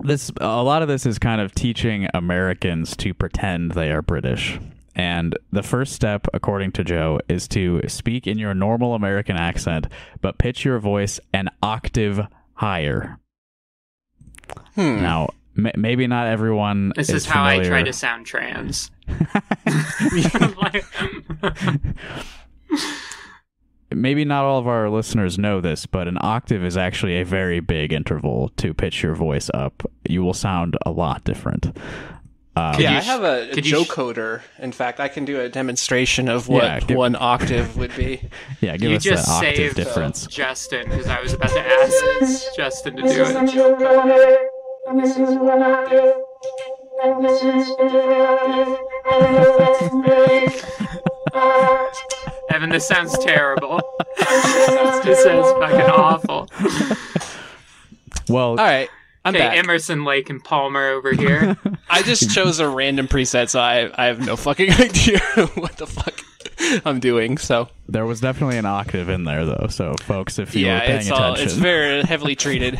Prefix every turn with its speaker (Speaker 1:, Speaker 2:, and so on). Speaker 1: this a lot of this is kind of teaching Americans to pretend they are British. And the first step, according to Joe, is to speak in your normal American accent, but pitch your voice an octave higher.
Speaker 2: Hmm.
Speaker 1: Now, m- maybe not everyone.
Speaker 3: This
Speaker 1: is,
Speaker 3: is, how I try
Speaker 1: familiar-
Speaker 3: to sound trans.
Speaker 1: maybe not all of our listeners know this, but an octave is actually a very big interval to pitch your voice up. You will sound a lot different. Um,
Speaker 3: Could
Speaker 2: yeah,
Speaker 3: you
Speaker 2: I
Speaker 3: sh-
Speaker 2: have a, a
Speaker 3: could you
Speaker 2: Joe
Speaker 3: sh-
Speaker 2: coder. In fact, I can do a demonstration of what
Speaker 1: Yeah, give-
Speaker 2: one octave would be.
Speaker 1: yeah, give
Speaker 3: you
Speaker 1: us that
Speaker 3: just
Speaker 1: octave
Speaker 3: saved
Speaker 1: difference.
Speaker 3: Justin because I was about to ask Justin to do it.
Speaker 4: Joe Coder, and this is what I do. And this is
Speaker 3: Evan, this sounds terrible. this sounds fucking awful.
Speaker 1: Well,
Speaker 2: All right, I'm
Speaker 3: Okay,
Speaker 2: back.
Speaker 3: Emerson Lake and Palmer over here.
Speaker 2: I just chose a random preset, so I I have no fucking idea what the fuck I'm doing. So
Speaker 1: there was definitely an octave in there, though. So, folks, if you were
Speaker 2: yeah,
Speaker 1: paying
Speaker 2: it's
Speaker 1: attention,
Speaker 2: all it's very heavily treated.